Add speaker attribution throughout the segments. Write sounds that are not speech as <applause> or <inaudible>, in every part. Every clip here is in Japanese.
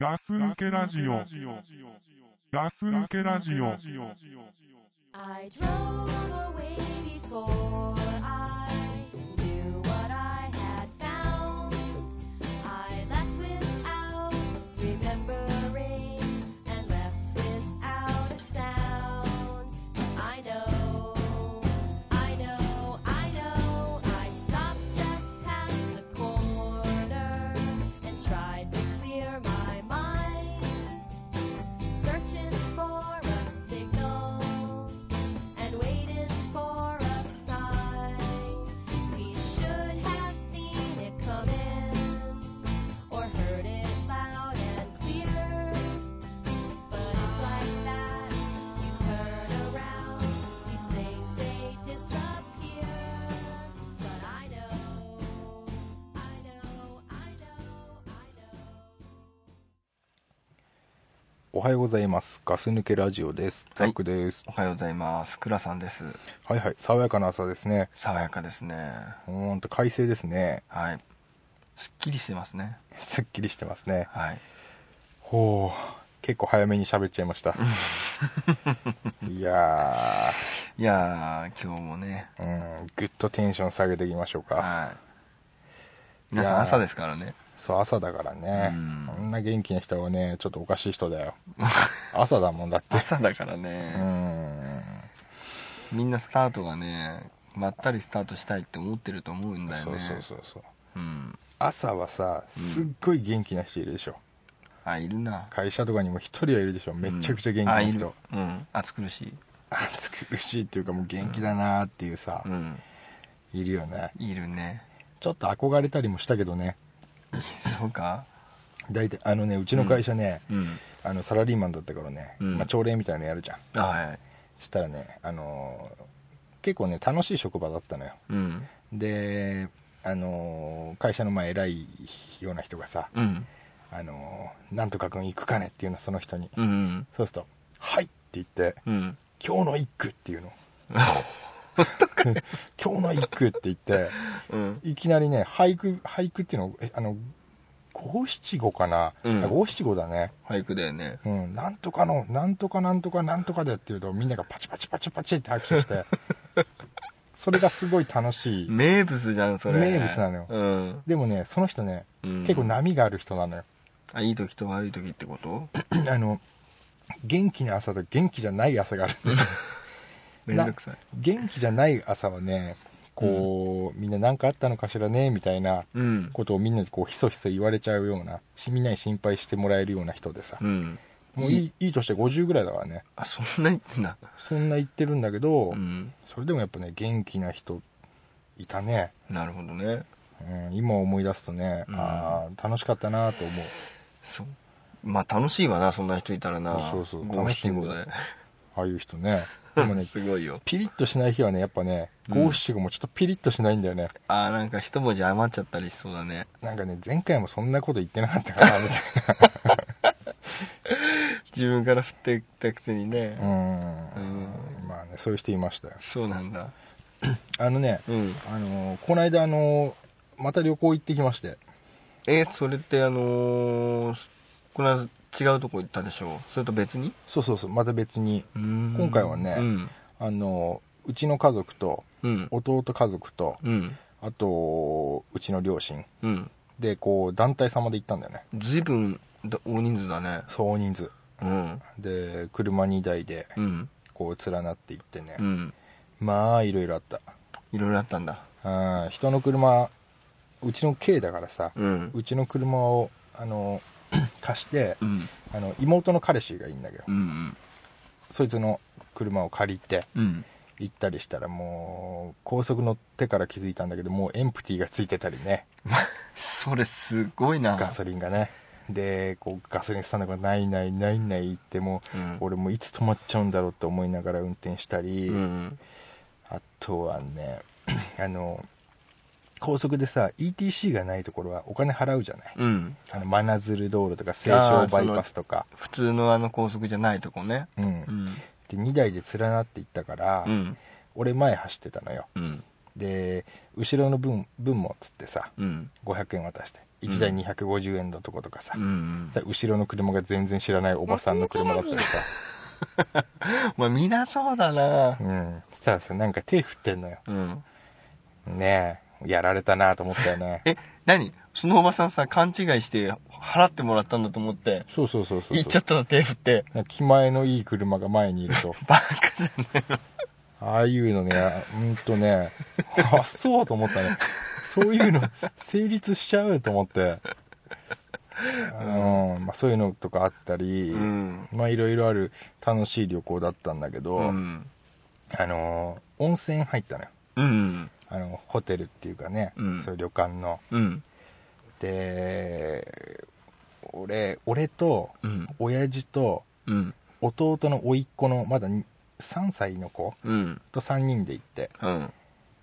Speaker 1: ガス抜けラジオ。ガス抜けラジオ。
Speaker 2: I drove away before I knew what I had found. I left without remembering and left without a sound. I know, I know, I know. I stopped just past the corner and tried to clear my mind, searching for a signal and waited for a sign. We should have seen it coming or heard it loud and clear. But it's like that. You turn around, these things they disappear. But I know, I know, I know, I know.
Speaker 3: おはようございます。ガス抜けラジオです。ザックです。
Speaker 4: おはようございます。倉さんです。
Speaker 3: はいはい。爽やかな朝ですね。
Speaker 4: 爽やかですね。
Speaker 3: ほんと快晴ですね。 <laughs>
Speaker 4: はい。すっきりしてますね。
Speaker 3: すっきりしてますね。
Speaker 4: はい。
Speaker 3: ほう。結構早めに喋っちゃいました。いや
Speaker 4: いやー、今日もね。
Speaker 3: ー、うん、ぐっとテンション下げていきましょうか。
Speaker 4: はい。皆さん朝ですからね。
Speaker 3: そう、朝だからね
Speaker 4: う。ん
Speaker 3: こんな元気な人はね、ちょっとおかしい人
Speaker 4: <laughs>
Speaker 3: だよ。朝だもんだって。
Speaker 4: 朝だから
Speaker 3: う
Speaker 4: ね。
Speaker 3: ん。
Speaker 4: みんなスタートがね、まったりスタートしたいって思ってると思うんだよ
Speaker 3: そう
Speaker 4: ね。
Speaker 3: そうそうそう。
Speaker 4: うん。
Speaker 3: 朝はさ、すっごい元気な人いるでしょ。
Speaker 4: あ、いるな。
Speaker 3: 会社とかにも一人はいるでしょ。めちゃくちゃ元気
Speaker 4: あ
Speaker 3: ない人。
Speaker 4: る。うん。暑苦しい。
Speaker 3: 暑苦しいっていうかもう元気だなーっていうさ
Speaker 4: う、ん。
Speaker 3: いるよね
Speaker 4: いるね。
Speaker 3: ちょっと憧れたりもしたけどね
Speaker 4: そうか
Speaker 3: 大体あのねうちの会社ね、
Speaker 4: うん。
Speaker 3: あのサラリーマンだったからね、
Speaker 4: うん
Speaker 3: まあ、朝礼みたいなのやるじゃん
Speaker 4: あはい。
Speaker 3: そしたらね、あのー結構ね楽しい職場だったのよ
Speaker 4: うん。
Speaker 3: で、あのー会社のまあ偉いような人がさ「
Speaker 4: うん。
Speaker 3: あのーなんとか君行くかね?」っていうのその人に
Speaker 4: うん。
Speaker 3: そうすると「はい!」って言って
Speaker 4: うん。
Speaker 3: 「今日の一句」っていうの
Speaker 4: <laughs>
Speaker 3: <laughs> 「今日の一句」って言って
Speaker 4: うん。
Speaker 3: いきなりね、俳句、俳句っていうの、えあの、五七五かな
Speaker 4: うん
Speaker 3: 五七五だね。
Speaker 4: 俳句だよね。
Speaker 3: うん、なんとかの、なんとかなんとかなんとかでっていうと、みんながパチパチパチパチって拍手
Speaker 4: <laughs>
Speaker 3: して、それがすごい楽しい。
Speaker 4: 名物じゃんそれ
Speaker 3: 名物なのよ
Speaker 4: うん、
Speaker 3: でもね、その人ね、
Speaker 4: うん、
Speaker 3: 結構波がある人なのよ。
Speaker 4: あいい時と悪い時っ
Speaker 3: <laughs>
Speaker 4: てこと
Speaker 3: あの、元気な朝と元気じゃない朝があ
Speaker 4: <laughs>
Speaker 3: る。
Speaker 4: めんどくさい
Speaker 3: 元気じゃない朝はね、こう、みんな何かあったのかしらね、みたいな
Speaker 4: うん
Speaker 3: ことをみんなでこう、ひそひそ言われちゃうような、しみんなに心配してもらえるような人でさ。
Speaker 4: うん
Speaker 3: もういいいいとして50ぐらいだからね
Speaker 4: あそんな言ってんだ
Speaker 3: そんな言ってるんだけど、
Speaker 4: うん
Speaker 3: それでもやっぱね元気な人いたね、
Speaker 4: なるほどね
Speaker 3: うん、今思い出すとね、
Speaker 4: うん
Speaker 3: ああ楽しかったなと思う
Speaker 4: そうまあ楽しいわなそんな人いたらな
Speaker 3: そうそう
Speaker 4: 五七五で
Speaker 3: ああいう人ねで <laughs> もね
Speaker 4: <laughs> すごいよ
Speaker 3: ピリッとしない日はねやっぱね
Speaker 4: うん
Speaker 3: 五七五もちょっとピリッとしないんだよね、
Speaker 4: あーなんか一文字余っちゃったりしそうだね
Speaker 3: なんかね前回もそんなこと言ってなかった <laughs> かなみたい
Speaker 4: 自分から振ってったくせに
Speaker 3: なう
Speaker 4: ね、うん
Speaker 3: んまあねそういう人いましたよ
Speaker 4: そうなんだ
Speaker 3: あのね
Speaker 4: うん
Speaker 3: あのーこの間あのーまた旅行行ってきまして
Speaker 4: えそれってあのー、この間違うとこ行ったでしょそれと別に
Speaker 3: そうそうそうまた別に
Speaker 4: 今
Speaker 3: 今回はね
Speaker 4: うん
Speaker 3: あのーうちの家族と
Speaker 4: うん
Speaker 3: 弟家族と
Speaker 4: うん
Speaker 3: あとうちの両親
Speaker 4: うん
Speaker 3: でこう団体様で行ったんだよね
Speaker 4: ずいぶんだ大人数だね
Speaker 3: 総人数
Speaker 4: うん
Speaker 3: で車2台で
Speaker 4: うん
Speaker 3: こう連なって行ってね
Speaker 4: う、ん
Speaker 3: まあいろいろあっ
Speaker 4: いろいろあったんだ
Speaker 3: たうん人の車うちの軽だからさ
Speaker 4: うん
Speaker 3: うちの車をあの <clears throat> 貸して
Speaker 4: うん
Speaker 3: あの妹の彼氏がいいんだけど
Speaker 4: うん
Speaker 3: そいつの車を借りて
Speaker 4: うん
Speaker 3: 行ったりしたらもう高速乗ってから気づいたんだけどもうエンプティがついてたりね
Speaker 4: それすごいな
Speaker 3: ガソリンがねでこうガソリンスタンドがないないないない行っても
Speaker 4: うん
Speaker 3: 俺もいつ止まっちゃうんだろうって思いながら運転したり、
Speaker 4: うん
Speaker 3: あとはね <clears throat> あの高速でさ ETC がないところはお金払うじゃない
Speaker 4: うん
Speaker 3: あの真鶴道路とか西湘バイパスとか、
Speaker 4: 普通のあの高速じゃないとこね
Speaker 3: うん
Speaker 4: う、ん
Speaker 3: で2台で連なっていったから、
Speaker 4: うん
Speaker 3: 俺前走ってたのよ
Speaker 4: うん
Speaker 3: で後ろの分分もっつってさ
Speaker 4: うん
Speaker 3: 500円渡して1台250円のとことかさ、
Speaker 4: うん
Speaker 3: さ後ろの車が全然知らないおばさんの車だったりさ、
Speaker 4: まあみんなそうだな
Speaker 3: うん、そしたらさなんか手振ってんのよ
Speaker 4: うん
Speaker 3: ねえやられたなと思ったよね
Speaker 4: <laughs> え何そのおばさんさ勘違いして払ってもらったんだと思って
Speaker 3: そうそうそうそう
Speaker 4: 行っちゃったの手振って
Speaker 3: なんか気前のいい車が前にいると
Speaker 4: <laughs> バカじゃない
Speaker 3: ああいうのねうんとねあそうと思ったねそういうの成立しちゃうと思って、うんまあ、そういうのとかあったり、
Speaker 4: うん
Speaker 3: まあいろいろある楽しい旅行だったんだけど、
Speaker 4: うん
Speaker 3: あのー温泉入ったのよ
Speaker 4: うん
Speaker 3: あのホテルっていうかね、
Speaker 4: うん
Speaker 3: そういう旅館の
Speaker 4: うん
Speaker 3: で俺俺と
Speaker 4: うん
Speaker 3: 親父と
Speaker 4: うん
Speaker 3: 弟の甥っ子のまだに3歳の子
Speaker 4: うん
Speaker 3: と3人で行って
Speaker 4: うん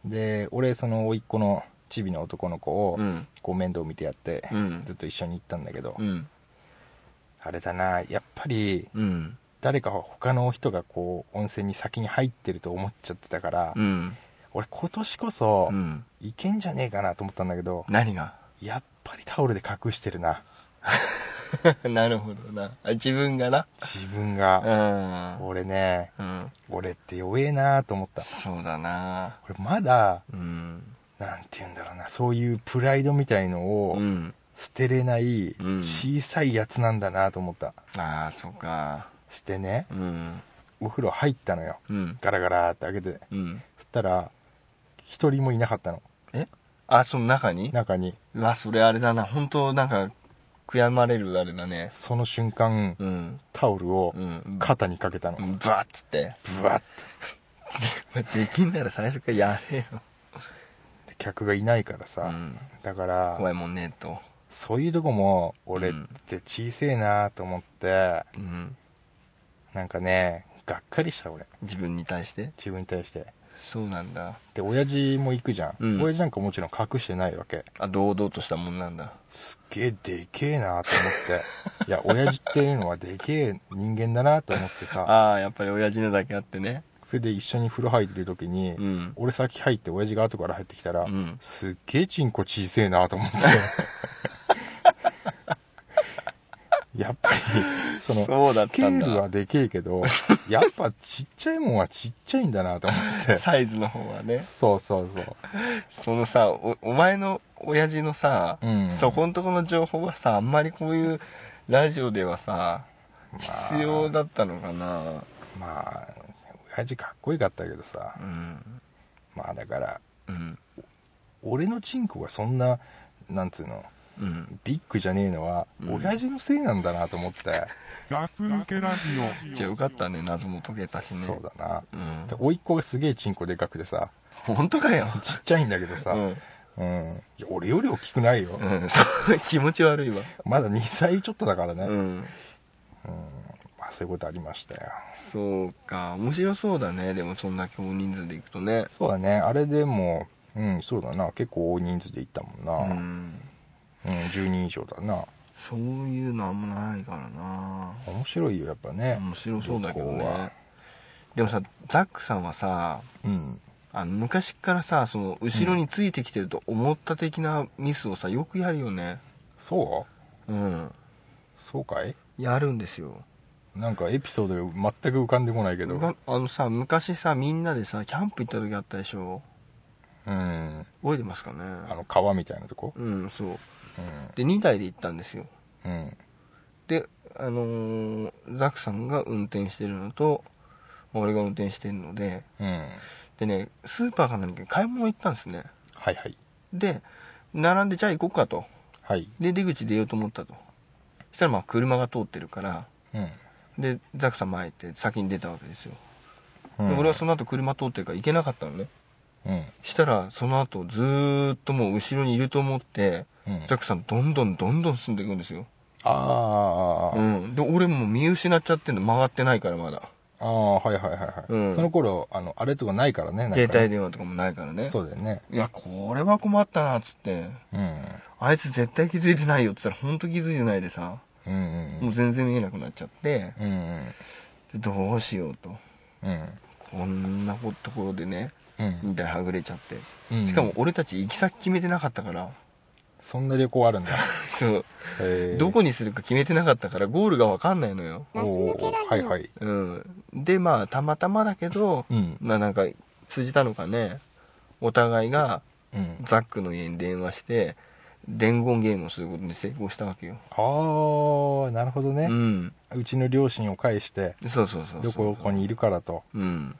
Speaker 3: で俺その甥っ子のチビの男の子を
Speaker 4: うん
Speaker 3: こう面倒見てやって、
Speaker 4: うん
Speaker 3: ずっと一緒に行ったんだけど、
Speaker 4: うん
Speaker 3: あれだなやっぱり
Speaker 4: うん
Speaker 3: 誰か他の人がこう温泉に先に入ってると思っちゃってたから、
Speaker 4: うん
Speaker 3: 俺今年こそ
Speaker 4: うん
Speaker 3: いけんじゃねえかなと思ったんだけど、
Speaker 4: 何が <laughs>
Speaker 3: やっぱりタオルで隠してるな
Speaker 4: なるほどなあ自分がな
Speaker 3: 自分が、
Speaker 4: う
Speaker 3: 俺ね
Speaker 4: んうん
Speaker 3: 俺って弱えなと思った
Speaker 4: そうだな
Speaker 3: 俺まだ
Speaker 4: うん
Speaker 3: なんて言うんだろうなそういうプライドみたいの
Speaker 4: う
Speaker 3: を
Speaker 4: ん
Speaker 3: 捨てれない
Speaker 4: うん
Speaker 3: 小さいやつなんだなと思った
Speaker 4: ああそうか
Speaker 3: してね
Speaker 4: うん
Speaker 3: お風呂入ったのよ
Speaker 4: うん
Speaker 3: ガラガラって開けて
Speaker 4: うん
Speaker 3: そしたら一人もいなかったの
Speaker 4: あその中に
Speaker 3: 中に
Speaker 4: うわそれあれだな本当なんか悔やまれるあれだね
Speaker 3: その瞬間
Speaker 4: うん
Speaker 3: タオルを
Speaker 4: うん
Speaker 3: 肩にかけたの
Speaker 4: うんバッつって
Speaker 3: ブワッ
Speaker 4: まできんなら最初からやれよ、
Speaker 3: て客がいないから
Speaker 4: う
Speaker 3: さ
Speaker 4: ん、
Speaker 3: だから
Speaker 4: 怖いもんねと
Speaker 3: そういうとこも俺っ
Speaker 4: うん
Speaker 3: て小せえなと思って、
Speaker 4: うん
Speaker 3: なんかねがっかりした俺
Speaker 4: 自分に対して
Speaker 3: 自分に対して
Speaker 4: そうなんだ
Speaker 3: で親父も行くじゃん、
Speaker 4: うん
Speaker 3: 親父なんかもちろん隠してないわけ
Speaker 4: あ堂々としたもんなんだ
Speaker 3: すっげえでけえなと思って
Speaker 4: <laughs>
Speaker 3: いや親父っていうのはでけえ人間だなと思ってさ
Speaker 4: ああやっぱり親父のだけあってね
Speaker 3: それで一緒に風呂入ってる時に、
Speaker 4: うん
Speaker 3: 俺先入って親父が後から入ってきたら、
Speaker 4: うん
Speaker 3: すっげえチンコ小せえなと思
Speaker 4: <laughs>
Speaker 3: ってやっぱりその
Speaker 4: そうだっ
Speaker 3: スケ
Speaker 4: たん
Speaker 3: ー
Speaker 4: だ
Speaker 3: ルはでけえけどやっぱちっちゃいもんはちっちゃいんだなと思
Speaker 4: <laughs>
Speaker 3: って
Speaker 4: サイズの方はね
Speaker 3: そうそうそう
Speaker 4: そのさおお前の親父のさ、
Speaker 3: うん
Speaker 4: そこんとこの情報はさあんまりこういうラジオではさ
Speaker 3: あ
Speaker 4: 必要だったのかな、
Speaker 3: まあ親父かっこよかったけどさ
Speaker 4: うん
Speaker 3: まあだから
Speaker 4: うん
Speaker 3: 俺のチンコがそんななんつうの
Speaker 4: うん
Speaker 3: ビッグじゃねえのは、
Speaker 4: うん
Speaker 3: 親父のせいなんだなと思って、
Speaker 1: ガス抜けラジオ。
Speaker 4: じゃあよかったね謎も解けたしね
Speaker 3: そうだな
Speaker 4: うん
Speaker 3: で甥っ子がすげえチンコでかくてさ
Speaker 4: 本当かよ
Speaker 3: ちっちゃいんだけどさ、
Speaker 4: う
Speaker 3: うん
Speaker 4: ん、
Speaker 3: いや俺より大きくないよ、
Speaker 4: うん、そう気持ち悪いわ
Speaker 3: まだ2歳ちょっとだからね、
Speaker 4: う
Speaker 3: うん
Speaker 4: ん
Speaker 3: まあ、そういうことありましたよ
Speaker 4: そうか面白そうだねでもそんな大人数で行くとね
Speaker 3: そうだねあれでもうんそうだな結構大人数で行ったもん
Speaker 4: う
Speaker 3: な、うん
Speaker 4: ん
Speaker 3: 10人以上だな
Speaker 4: そういうのあんまないからな
Speaker 3: 面白いよやっぱね
Speaker 4: 面白そうだけど
Speaker 3: 旅行は
Speaker 4: ねでもさザックさんはさ
Speaker 3: うん
Speaker 4: あの昔からさその後ろについてきてると思った的なミスをさよくやるよね
Speaker 3: そう
Speaker 4: うん
Speaker 3: そうかい
Speaker 4: やるんですよ
Speaker 3: なんかエピソードが全く浮かんでこないけど
Speaker 4: うかあのさ昔さみんなでさキャンプ行った時あったでしょ
Speaker 3: うん
Speaker 4: 覚えてますかね
Speaker 3: あの川みたいなとこ
Speaker 4: うんそう
Speaker 3: うん
Speaker 4: で2台で行ったんですよ
Speaker 3: うん
Speaker 4: であのーザクさんが運転してるのと俺が運転してるので
Speaker 3: うん
Speaker 4: でねスーパーか何かに買い物行ったんですね
Speaker 3: はいはい
Speaker 4: で並んでじゃあ行こうかと
Speaker 3: はい
Speaker 4: で出口出ようと思ったとそしたらまあ車が通ってるから
Speaker 3: うん、
Speaker 4: でザクさん前行って先に出たわけですよ、
Speaker 3: う
Speaker 4: で
Speaker 3: ん、
Speaker 4: 俺はその後車通ってるから行けなかったのね
Speaker 3: うん
Speaker 4: したらその後ずーっともう後ろにいると思って
Speaker 3: うん
Speaker 4: ザクさんどんどんどんどん進んでいくんですよ、
Speaker 3: ああ、
Speaker 4: うん、で俺もう見失っちゃってんの曲がってないからまだ
Speaker 3: ああはいはいはいはい、
Speaker 4: うん
Speaker 3: その頃あのあれとかないからねなんかね
Speaker 4: 携帯電話とかもないからね
Speaker 3: そうだよね
Speaker 4: いやこれは困ったなっつって
Speaker 3: うん
Speaker 4: あいつ絶対気づいてないよっつったら本当気づいてないでさ
Speaker 3: うんうん
Speaker 4: もう全然見えなくなっちゃって
Speaker 3: うんうん
Speaker 4: でどうしようと
Speaker 3: うん
Speaker 4: こんなこところでね
Speaker 3: うん
Speaker 4: みたいはぐれちゃって
Speaker 3: うん
Speaker 4: しかも俺たち行き先決めてなかったから
Speaker 3: そんな旅行あるん
Speaker 4: <laughs>
Speaker 3: だ。
Speaker 4: そう
Speaker 3: へー
Speaker 4: どこにするか決めてなかったからゴールが分かんないのよ、
Speaker 3: おーはいはい。
Speaker 4: うん、でまあたまたまだけど、
Speaker 3: うん。
Speaker 4: まあなんか通じたのかねお互いが
Speaker 3: うん。
Speaker 4: ザックの家に電話して伝言ゲームをすることに成功したわけよ、
Speaker 3: あー、なるほど
Speaker 4: う
Speaker 3: ね。
Speaker 4: ん
Speaker 3: うちの両親を介して、
Speaker 4: そうそうそうそう
Speaker 3: どこどこにいるからと、
Speaker 4: うん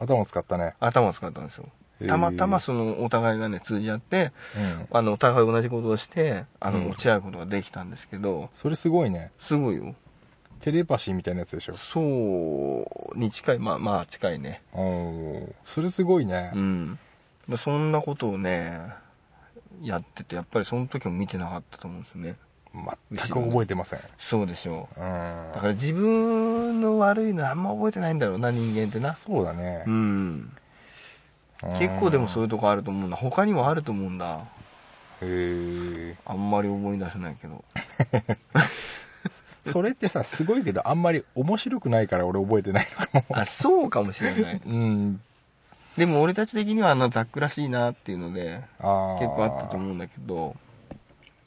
Speaker 3: 頭を使ったね。
Speaker 4: 頭を使ったんですよ
Speaker 3: へー
Speaker 4: たまたま、そのお互いがね通じ合って
Speaker 3: うん。
Speaker 4: あのお互い同じことをしてあ
Speaker 3: うん
Speaker 4: の落ち合うことができたんですけど、
Speaker 3: それすごいね。
Speaker 4: すごいよ
Speaker 3: テレパシーみたいなやつでしょ。
Speaker 4: そうに近いまあまあ近いね
Speaker 3: おーそれすごいね
Speaker 4: う。んでそんなことをねやっててやっぱりその時も見てなかったと思うんですよね
Speaker 3: 全く覚えてません。
Speaker 4: そうでしょ
Speaker 3: う
Speaker 4: うんだから自分の悪いのあんま覚えてないんだろうな人間ってな
Speaker 3: そうだね
Speaker 4: う。ん
Speaker 3: うん
Speaker 4: 結構でもそういうとこあると思うんだ他にもあると思うんだ
Speaker 3: へ
Speaker 4: あんまり思い出せないけど
Speaker 3: え。それってさ、すごいけど、あんまり面白くないから俺覚えてないのかも。
Speaker 4: あそうかもしれない <laughs>
Speaker 3: うん。
Speaker 4: でも俺たち的にはあのザックらしいなっていうので
Speaker 3: あー
Speaker 4: 結構あったと思うんだけど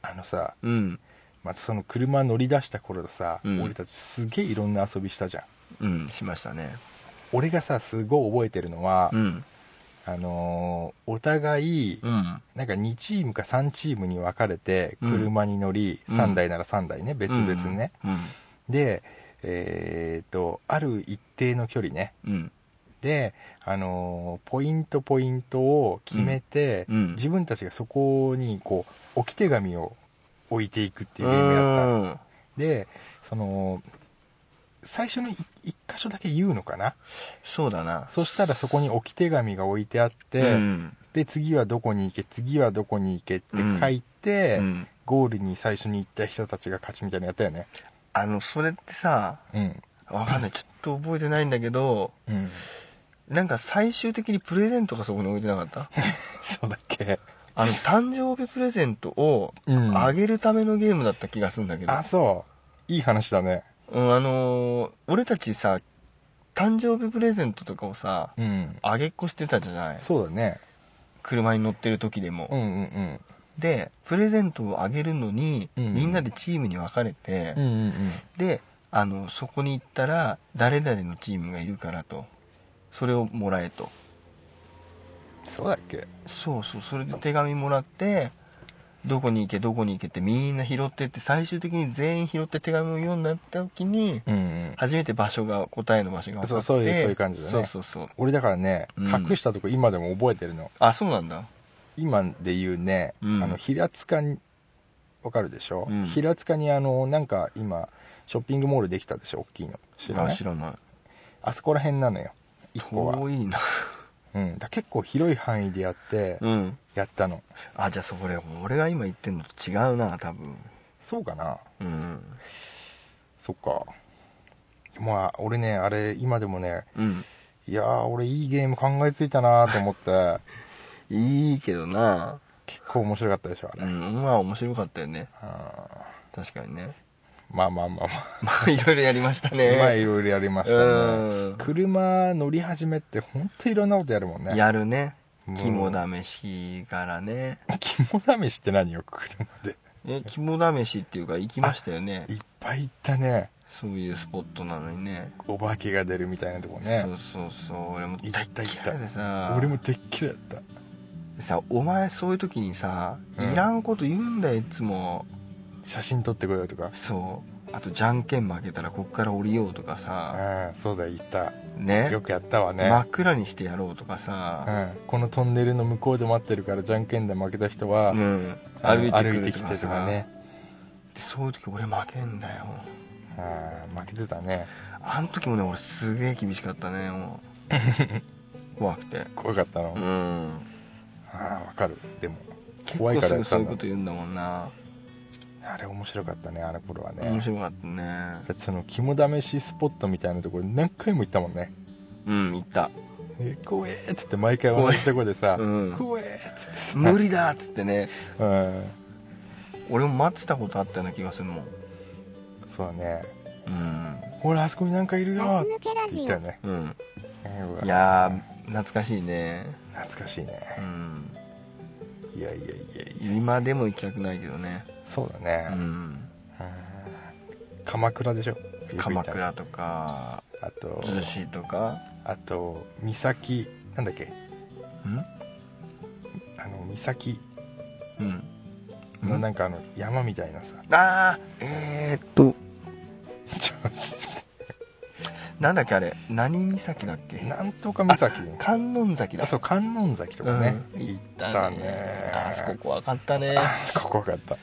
Speaker 3: あのさ、
Speaker 4: うん
Speaker 3: またその車乗り出した頃のさ、
Speaker 4: うん
Speaker 3: 俺たちすげえいろんな遊びしたじゃん。
Speaker 4: うんしましたね
Speaker 3: 俺がさ、すごい覚えてるのは、
Speaker 4: うん
Speaker 3: あのーお互い、
Speaker 4: うん
Speaker 3: なんか2チームか3チームに分かれて、
Speaker 4: うん
Speaker 3: 車に乗り、
Speaker 4: うん
Speaker 3: 3台なら3台ね、別々にね。
Speaker 4: うん
Speaker 3: で、えっと、ある一定の距離ね。
Speaker 4: うん
Speaker 3: で、あのーポイントポイントを決めて、
Speaker 4: うん
Speaker 3: 自分たちがそこに、こう、置き手紙を置いていくっていうゲームやったの
Speaker 4: った
Speaker 3: でその最初のい一箇所だけ言うのかな
Speaker 4: そうだな
Speaker 3: そしたらそこに置き手紙が置いてあって、
Speaker 4: うん
Speaker 3: で次はどこに行け次はどこに行けって書いて、
Speaker 4: うん
Speaker 3: ゴールに最初に行った人たちが勝ちみたいなのやったよね
Speaker 4: あのそれってさ
Speaker 3: うん
Speaker 4: わかんないちょっと覚えてないんだけど
Speaker 3: うん
Speaker 4: なんか最終的にプレゼントがそこに置いてなかった
Speaker 3: そうだっけ
Speaker 4: あの誕生日プレゼントを
Speaker 3: うん
Speaker 4: あげるためのゲームだった気がするんだけど、
Speaker 3: あそういい話だね
Speaker 4: うんあのー俺たちさ誕生日プレゼントとかをさ
Speaker 3: うん
Speaker 4: あげっこしてたじゃない
Speaker 3: そうだね
Speaker 4: 車に乗ってる時でも、
Speaker 3: うんうん
Speaker 4: でプレゼントをあげるのに、
Speaker 3: うん
Speaker 4: みんなでチームに分かれて、
Speaker 3: うんうんうん
Speaker 4: であのそこに行ったら誰々のチームがいるからとそれをもらえと
Speaker 3: そうだっけ
Speaker 4: そうそうそれで手紙もらってどこに行けどこに行けってみんな拾ってって最終的に全員拾って手紙を読んだ時に
Speaker 3: うんうん
Speaker 4: 初めて場所が答えの場所が分かって
Speaker 3: そうそういうそういう感じだね
Speaker 4: そうそうそう
Speaker 3: 俺だからね
Speaker 4: うん
Speaker 3: 隠したとこ今でも覚えてるの、
Speaker 4: あそうなんだ
Speaker 3: 今で言うね、
Speaker 4: うん
Speaker 3: あの平塚にわかるでしょ、
Speaker 4: うん
Speaker 3: 平塚にあのなんか今ショッピングモールできたでしょ大きいの知らな
Speaker 4: あ
Speaker 3: い
Speaker 4: 知らない
Speaker 3: あそこら辺なのよ一個は、
Speaker 4: 遠いな
Speaker 3: うん、だから結構広い範囲でやって
Speaker 4: うん
Speaker 3: やったの
Speaker 4: あじゃあそれ俺が今言ってんのと違うな多分
Speaker 3: そうかな
Speaker 4: うん
Speaker 3: そっかまあ俺ねあれ今でもね
Speaker 4: うん
Speaker 3: いやー俺いいゲーム考えついたなと思って
Speaker 4: <laughs> いいけどな
Speaker 3: 結構面白かったでしょあれ、
Speaker 4: うんまあ面白かったよね
Speaker 3: あ
Speaker 4: 確かにね
Speaker 3: ーまあまあまあまあ、
Speaker 4: ま <laughs> あいろいろやりましたね
Speaker 3: まあいろいろやりましたね
Speaker 4: うん
Speaker 3: 車乗り始めってほんといろんなことやるもんね
Speaker 4: やるね
Speaker 3: もう
Speaker 4: 肝試しからね
Speaker 3: 肝試しって何よ車で
Speaker 4: え肝試しっていうか行きましたよね
Speaker 3: いっぱい行ったね
Speaker 4: そういうスポットなのにね
Speaker 3: お化けが出るみたいなとこね
Speaker 4: そうそうそう俺も
Speaker 3: 行った行った
Speaker 4: 大嫌いでさ
Speaker 3: 俺もてっきりだった
Speaker 4: さお前そういう時にさ
Speaker 3: うん
Speaker 4: いらんこと言うんだよいつも
Speaker 3: 写真撮ってこようとか
Speaker 4: そうあとじゃんけん負けたらこっから降りようとかさ
Speaker 3: うんそうだよ行った、
Speaker 4: ね
Speaker 3: よくやったわね、
Speaker 4: 真っ暗にしてやろうとかさ
Speaker 3: うん、このトンネルの向こうで待ってるからじゃんけんで負けた人は、
Speaker 4: うん
Speaker 3: あの
Speaker 4: 歩いてくると
Speaker 3: 歩
Speaker 4: か
Speaker 3: いてきてとか
Speaker 4: さ
Speaker 3: ね
Speaker 4: でそういう時俺負けんだよ
Speaker 3: うん負けてたね
Speaker 4: あの時もね俺すげえ厳しかった <laughs> ねもう怖くて
Speaker 3: 怖かったの、
Speaker 4: う
Speaker 3: あ
Speaker 4: ん
Speaker 3: あわかるでも
Speaker 4: 結
Speaker 3: 怖い
Speaker 4: 構
Speaker 3: から
Speaker 4: す
Speaker 3: や
Speaker 4: ぐ
Speaker 3: った
Speaker 4: そうんい
Speaker 3: だ
Speaker 4: うこと言うんだもんな、
Speaker 3: あれ面白かったねあの頃は
Speaker 4: 面
Speaker 3: ね
Speaker 4: 白かったね
Speaker 3: だってその肝試しスポットみたいなところ何回も行ったもんね
Speaker 4: うん行った、
Speaker 3: え怖えっつって毎回同じとこでさ
Speaker 4: うん、
Speaker 3: 怖えっつってさ
Speaker 4: 無理だっつってね
Speaker 3: うん
Speaker 4: 俺も待ってたことあったような気がするもん
Speaker 3: そうだね
Speaker 4: うん、
Speaker 3: ほらあそこになんかいるよ
Speaker 2: ガス
Speaker 3: って
Speaker 2: 抜けラジ
Speaker 3: 言っ
Speaker 2: オ
Speaker 3: たよね
Speaker 4: うん、
Speaker 3: うんうわ
Speaker 4: いやー懐かしいね
Speaker 3: 懐かしいね
Speaker 4: うんいやいやいや今でも行きたくないけどね
Speaker 3: そうだ
Speaker 4: う
Speaker 3: ね、
Speaker 4: ん
Speaker 3: うん鎌倉でしょ
Speaker 4: 鎌倉とか
Speaker 3: あと
Speaker 4: 逗子とか
Speaker 3: あと三崎なんだっけあの三崎
Speaker 4: うんう
Speaker 3: の
Speaker 4: ん
Speaker 3: なんかあの山みたいなさ、 <laughs>
Speaker 4: あーえー、っと
Speaker 3: ちょっ
Speaker 4: なんだっけあれ何岬だっけ
Speaker 3: となんとか三崎
Speaker 4: 観音崎だ
Speaker 3: <laughs> あそう観音崎とかね、
Speaker 4: うん
Speaker 3: 行
Speaker 4: 行
Speaker 3: っ
Speaker 4: った
Speaker 3: たね
Speaker 4: あそこ怖かったね
Speaker 3: あそこ怖かった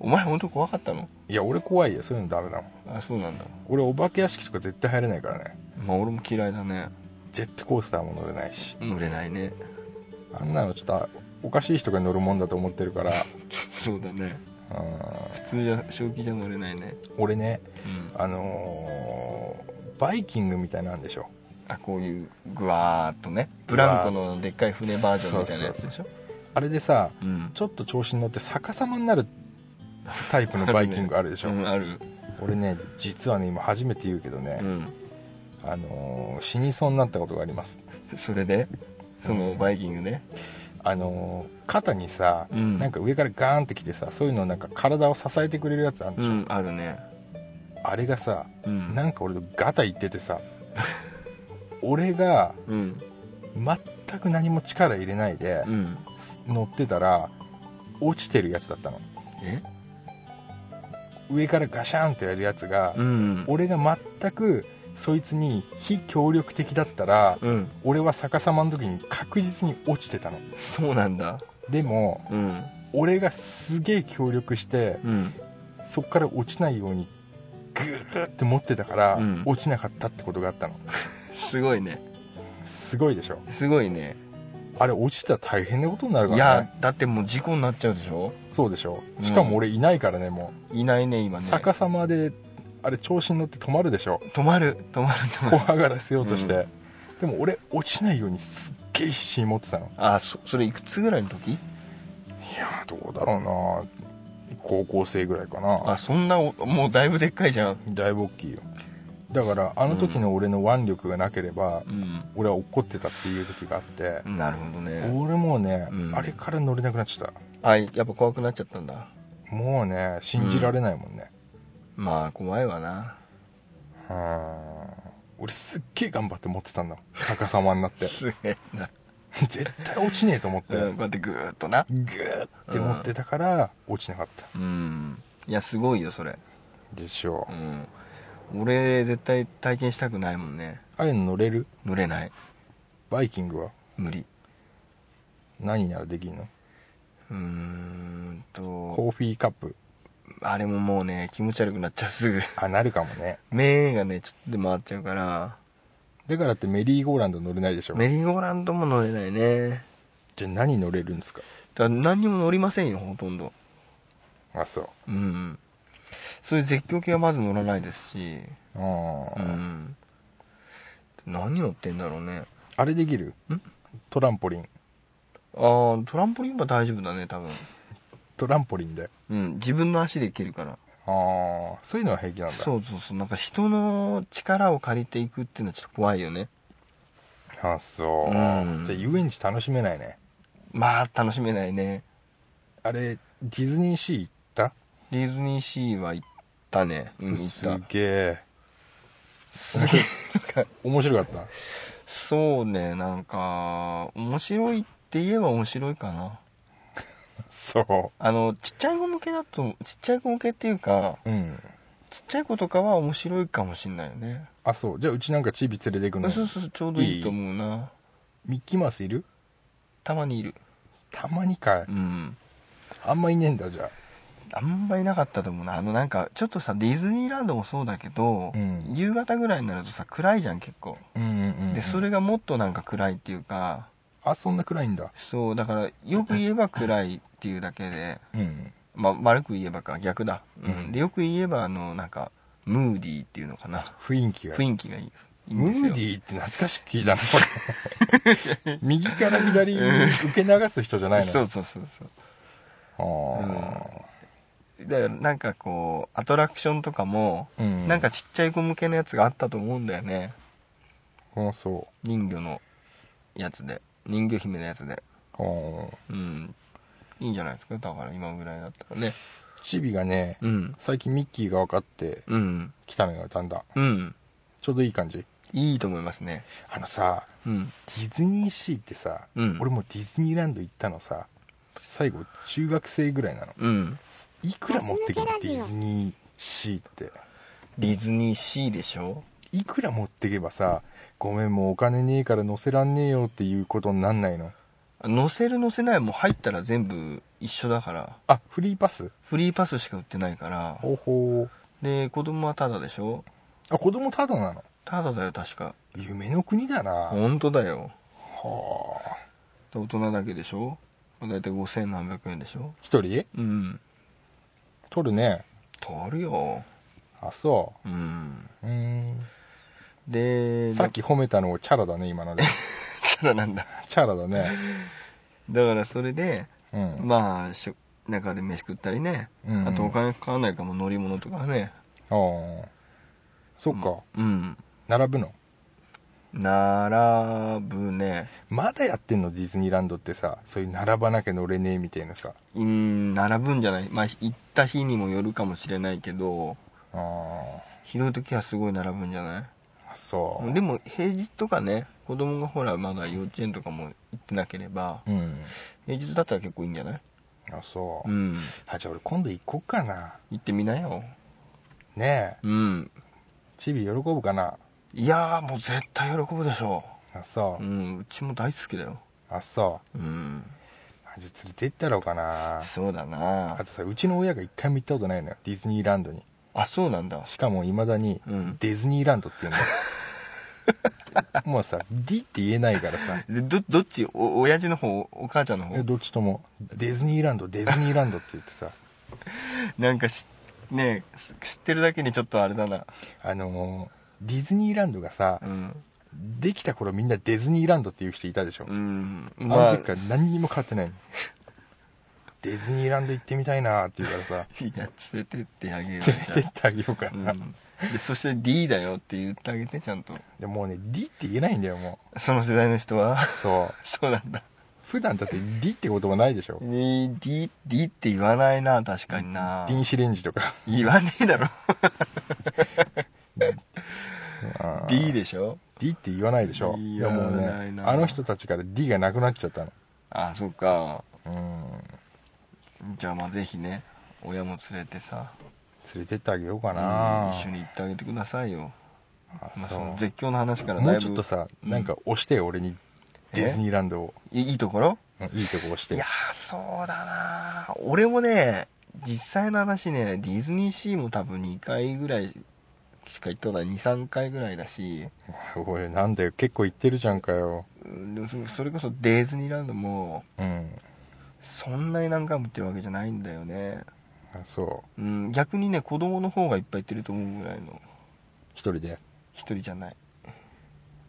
Speaker 4: お前本当怖かったの
Speaker 3: いや俺怖いよそういうのダメだもん
Speaker 4: あそうなんだ
Speaker 3: 俺お化け屋敷とか絶対入れないからね
Speaker 4: まあ俺も嫌いだね
Speaker 3: ジェットコースターも乗れないし
Speaker 4: 乗れないね <laughs>
Speaker 3: あんなのちょっとおかしい人が乗るもんだと思ってるから
Speaker 4: そうだね
Speaker 3: うん
Speaker 4: 普通じゃ正気じゃ乗れないね
Speaker 3: 俺ね
Speaker 4: うん
Speaker 3: あのーバイキングみたいなんでしょ
Speaker 4: あこういうぐわーっとねブランコのでっかい船バージョンみたいなやつでしょ
Speaker 3: あれでさ
Speaker 4: うん
Speaker 3: ちょっと調子に乗って逆さまになるタイプ
Speaker 4: <laughs>
Speaker 3: のバイキングあるでしょ、
Speaker 4: うんある
Speaker 3: 俺ね実はね今初めて言うけど
Speaker 4: う
Speaker 3: ね、
Speaker 4: ん
Speaker 3: あのー死にそうになったことがあります
Speaker 4: それでそのバイキングね
Speaker 3: あのー肩にさ
Speaker 4: うん
Speaker 3: なんか上からガーンってきてさそういうのなんか体を支えてくれるやつあるで
Speaker 4: う
Speaker 3: しょ、
Speaker 4: んあるね
Speaker 3: あれがさ
Speaker 4: うん
Speaker 3: なんか俺とガタ言ってて
Speaker 4: <laughs>
Speaker 3: さ俺が
Speaker 4: うん
Speaker 3: 全く何も力入れないで
Speaker 4: うん
Speaker 3: 乗ってたら落ちてるやつだったの
Speaker 4: え
Speaker 3: 上からガシャンってやるやつが
Speaker 4: うん
Speaker 3: 俺が全くそいつに非協力的だったら
Speaker 4: うん
Speaker 3: 俺は逆さまの時に確実に落ちてたの
Speaker 4: そうなんだ
Speaker 3: でも
Speaker 4: うん
Speaker 3: 俺がすげえ協力して
Speaker 4: うん
Speaker 3: そっから落ちないようにグーって持ってたから、
Speaker 4: うん
Speaker 3: 落ちなかったってことがあったの
Speaker 4: すごいね
Speaker 3: すごいでしょ
Speaker 4: すごいね
Speaker 3: あれ落ちたら大変なことになるか
Speaker 4: い
Speaker 3: ら
Speaker 4: や
Speaker 3: ね
Speaker 4: だってもう事故になっちゃうでしょ
Speaker 3: そうでしょ
Speaker 4: うん
Speaker 3: しかも俺いないからねも
Speaker 4: いないね今
Speaker 3: う、
Speaker 4: ね
Speaker 3: 逆さまであれ調子に乗って止まるでしょ
Speaker 4: 止まる止まる止まる
Speaker 3: 怖がらせようとして、でも俺落ちないようにすっげえ必死に持ってたの
Speaker 4: あそそれいくつぐらいの時
Speaker 3: いやーどうだろうな高校生ぐらいかな
Speaker 4: あそんなおもうだいぶでっかいじゃん
Speaker 3: だいぶ大きいよだからあの時の俺の腕力がなければ、
Speaker 4: うん
Speaker 3: 俺は怒ってたっていう時があって、
Speaker 4: なるほどね
Speaker 3: 俺もうね、
Speaker 4: うん
Speaker 3: あれから乗れなくなっちゃっ
Speaker 4: あやっぱ怖くなっちゃったんだ
Speaker 3: たもうね信じられないもんね、
Speaker 4: まあ怖いわな
Speaker 3: うん、俺すっげえ頑張って持ってたんだもん逆さまになっ <laughs> て
Speaker 4: すげえな、
Speaker 3: 絶対落ちねえと思って、
Speaker 4: うん、こうやってグーッとな
Speaker 3: グーって持ってたから落ちなかった
Speaker 4: うんいやすごいよそれ
Speaker 3: でしょう、
Speaker 4: うん俺絶対体験したくないもんね
Speaker 3: ああいうの乗れる
Speaker 4: 乗れない
Speaker 3: バイキングは
Speaker 4: 無理
Speaker 3: 何ならできんの
Speaker 4: うーんと
Speaker 3: コーヒーカップ
Speaker 4: あれももうね気持ち悪くなっちゃうすぐ
Speaker 3: あなるかもね
Speaker 4: 目がねちょっとで回っちゃうから
Speaker 3: だからってメリーゴーランド乗れないでしょ
Speaker 4: メリーゴーランドも乗れないね
Speaker 3: じゃあ何乗れるんですか
Speaker 4: だから何にも乗りませんよほとんど
Speaker 3: あそう
Speaker 4: うんうんそういう絶叫系はまず乗らないですし
Speaker 3: あ,、
Speaker 4: う
Speaker 3: うん
Speaker 4: 何乗ってんだろうね
Speaker 3: あれできる
Speaker 4: ん
Speaker 3: トランポリン
Speaker 4: ああトランポリンは大丈夫だね多分
Speaker 3: トランポリンで
Speaker 4: うん自分の足で行けるから
Speaker 3: ああそういうのは平気なんだ
Speaker 4: そうそうそうなんか人の力を借りていくっていうのはちょっと怖いよね
Speaker 3: あそう、
Speaker 4: うん
Speaker 3: じゃあ遊園地楽しめないね
Speaker 4: まあ楽しめないね
Speaker 3: あれディズニーシー行った、
Speaker 4: ディズニーシーは行ったねうん行
Speaker 3: す
Speaker 4: っ
Speaker 3: げえ
Speaker 4: たすげえなんか
Speaker 3: 面白かっ
Speaker 4: そうねなんか面白いって言えば面白いかな
Speaker 3: たそ
Speaker 4: あのちっちゃい子向けだとちっちゃい子向けっていうか
Speaker 3: ううん
Speaker 4: ちっちゃい子とかは面白いかもしんないよね、
Speaker 3: あそうじゃあうちなんかチビ連れてくの
Speaker 4: そうそうちょうどいいと思うな
Speaker 3: ミッキーマウスいる
Speaker 4: たまにいる
Speaker 3: たまにかい
Speaker 4: うん
Speaker 3: あんまいねえんだじゃあ
Speaker 4: あんまいなかったと思うなあのなんかちょっとさディズニーランドもそうだけど、
Speaker 3: うん
Speaker 4: 夕方ぐらいになるとさ暗いじゃん結構
Speaker 3: うんうんうん、
Speaker 4: でそれがもっとなんか暗いっていうか
Speaker 3: あそんな暗いんだ
Speaker 4: そうだからよく言えば暗いっていうだけで、
Speaker 3: うん
Speaker 4: まあ、丸く言えばか逆だ、う
Speaker 3: うん
Speaker 4: ん、でよく言えばあのなんかムーディーっていうのかな
Speaker 3: 雰囲気が
Speaker 4: 雰囲気がいいいいん
Speaker 3: ム
Speaker 4: ですよ
Speaker 3: ーディーって懐かしく聞いたなこ
Speaker 4: <laughs>
Speaker 3: れ右から左に受け流す人じゃないの
Speaker 4: そうそうそうそう
Speaker 3: あ
Speaker 4: だからなんかこうアトラクションとかも、
Speaker 3: ーうん
Speaker 4: なんかちっちゃい子向けのやつがあったと思うんだよね
Speaker 3: うんそう
Speaker 4: 人魚のやつで人魚姫のやつで
Speaker 3: おー
Speaker 4: うんいいんじゃないですかだから今ぐらいだったらね
Speaker 3: チビがね、
Speaker 4: うん
Speaker 3: 最近ミッキーが分かって
Speaker 4: うん
Speaker 3: きたのよ、だんだん。
Speaker 4: うん
Speaker 3: ちょうどいい感じ。
Speaker 4: いいと思いますね
Speaker 3: あのさ、
Speaker 4: うん
Speaker 3: ディズニーシーってさ、
Speaker 4: うん
Speaker 3: 俺もディズニーランド行ったのさ、最後、中学生ぐらいなの。
Speaker 4: うん
Speaker 3: いくら持ってくの
Speaker 2: ガス抜
Speaker 3: デ
Speaker 2: けラジオ
Speaker 3: ィズニーシーって。
Speaker 4: ディズニーシーでしょ
Speaker 3: いくら持ってけばさ、ごめん、もうお金ねえから乗せらんねえよっていうことになんないの。
Speaker 4: 乗せる乗せないも入ったら全部一緒だから
Speaker 3: あ、フリーパス
Speaker 4: フリーパスしか売ってないから
Speaker 3: ほうほう。
Speaker 4: で子供はタダでしょ
Speaker 3: あ、子供タダなの
Speaker 4: タダだよ確か
Speaker 3: 夢の国だな。は
Speaker 4: 本当だよ
Speaker 3: あ。
Speaker 4: で大人だけでしょだいたい5000何百円でしょ
Speaker 3: 一人
Speaker 4: うん
Speaker 3: 取るね。
Speaker 4: 取るよ
Speaker 3: あ、そ
Speaker 4: うん
Speaker 3: う。うーん。
Speaker 4: で
Speaker 3: さっき褒めたのをチャラだね、今
Speaker 4: <laughs>
Speaker 3: ので。
Speaker 4: チャラなんだ
Speaker 3: チャラだね。
Speaker 4: だからそれで
Speaker 3: うん。
Speaker 4: まあしょ中で飯食ったりね
Speaker 3: うん
Speaker 4: あとお金かからないかも乗り物とかね
Speaker 3: ああ。そっか。
Speaker 4: うん
Speaker 3: 並ぶの。
Speaker 4: 並ぶね
Speaker 3: まだやってんの、ディズニーランドってさ。そういう並ばなきゃ乗れねえみたいなさ。
Speaker 4: うん並ぶんじゃないまあ行った日にもよるかもしれないけど
Speaker 3: ああ。
Speaker 4: ひどい時はすごい並ぶんじゃない
Speaker 3: あそう。
Speaker 4: でも平日とかね子供がほらまだ幼稚園とかも行ってなければ
Speaker 3: うん。
Speaker 4: 平日だったら結構いいんじゃない
Speaker 3: あ、そうう。
Speaker 4: ん
Speaker 3: あ、じゃあ俺今度行こっかな。
Speaker 4: 行ってみなよ
Speaker 3: ねえ。
Speaker 4: うん
Speaker 3: チビ喜ぶかない
Speaker 4: やーもう絶対喜ぶでしょ
Speaker 3: あ、そうう。
Speaker 4: んうちも大好きだよ
Speaker 3: あ、そう。
Speaker 4: うん
Speaker 3: あじゃあ連れて行ったろうかな。
Speaker 4: そうだ
Speaker 3: あ
Speaker 4: な
Speaker 3: とさ、うちの親が一回も行ったことないのよ。ディズニーランドに。
Speaker 4: あそうなんだ
Speaker 3: しかも未だに、
Speaker 4: うん
Speaker 3: ディズニーランドっていうの。
Speaker 4: <laughs>
Speaker 3: もうさ、D って言えないからさ。
Speaker 4: でどどっちお親父の方お母ちゃんの
Speaker 3: え
Speaker 4: 方
Speaker 3: どっちとも、ディズニーランド、ディズニーランドって言ってさ、
Speaker 4: なんかしねえ知ってるだけにちょっとあれだな
Speaker 3: あのーディズニーランドがさ
Speaker 4: う、ん、
Speaker 3: できた頃みんなディズニーランドっていう人いたでしょ。
Speaker 4: うん、
Speaker 3: あ
Speaker 4: ま
Speaker 3: の
Speaker 4: あ
Speaker 3: 時から何にも変わってないの。 <laughs> ディズニーランド行ってみたいなーって言うからさ、
Speaker 4: <laughs> いや連れてってあげようじゃ
Speaker 3: 連れてってあげようかな。
Speaker 4: うん、でそして D だよって言ってあげてちゃんと
Speaker 3: でもうね、D って言えないんだよ、も
Speaker 4: その世代の人は <laughs>
Speaker 3: う。そう。
Speaker 4: そうなんだ
Speaker 3: 普段だって D って言葉ないでしょ。
Speaker 4: D, D, D って言わないな確かにな
Speaker 3: 電子レンジとか。
Speaker 4: 言わね
Speaker 3: <laughs>
Speaker 4: えだろ
Speaker 3: あー
Speaker 4: D でしょ
Speaker 3: D って言わないでしょ。
Speaker 4: 言
Speaker 3: でも
Speaker 4: わ
Speaker 3: う
Speaker 4: ない
Speaker 3: ね、
Speaker 4: な
Speaker 3: あの人たちから D がなくなっちゃったの。
Speaker 4: あそっか
Speaker 3: うん。
Speaker 4: じゃあまあぜひね親も連れてさ、
Speaker 3: 連れてってあげようか
Speaker 4: う。
Speaker 3: なん
Speaker 4: 一緒に行ってあげてくださいよ、
Speaker 3: あ
Speaker 4: まあ、
Speaker 3: そ
Speaker 4: そうの絶叫の話から
Speaker 3: も
Speaker 4: だいうぶ
Speaker 3: ちょっとさ、
Speaker 4: うん
Speaker 3: なんか押してよ俺に
Speaker 4: え
Speaker 3: ディズニーランドを、
Speaker 4: いいいところ
Speaker 3: うんいいとこ押し
Speaker 4: い
Speaker 3: て
Speaker 4: やーそうだなー俺もね実際の話ねディズニーシーも多分2回ぐらいしか行ったことない23回ぐらいだし
Speaker 3: おいなんだよ結構行ってるじゃんかよ
Speaker 4: うんでもそそれこそディズニーランドも
Speaker 3: うん
Speaker 4: そんなに何回も行ってるわけじゃないんだよね、
Speaker 3: あそう
Speaker 4: うん、逆にね子供の方がいっぱい行ってると思うぐらいの
Speaker 3: 一人で
Speaker 4: 一人じゃない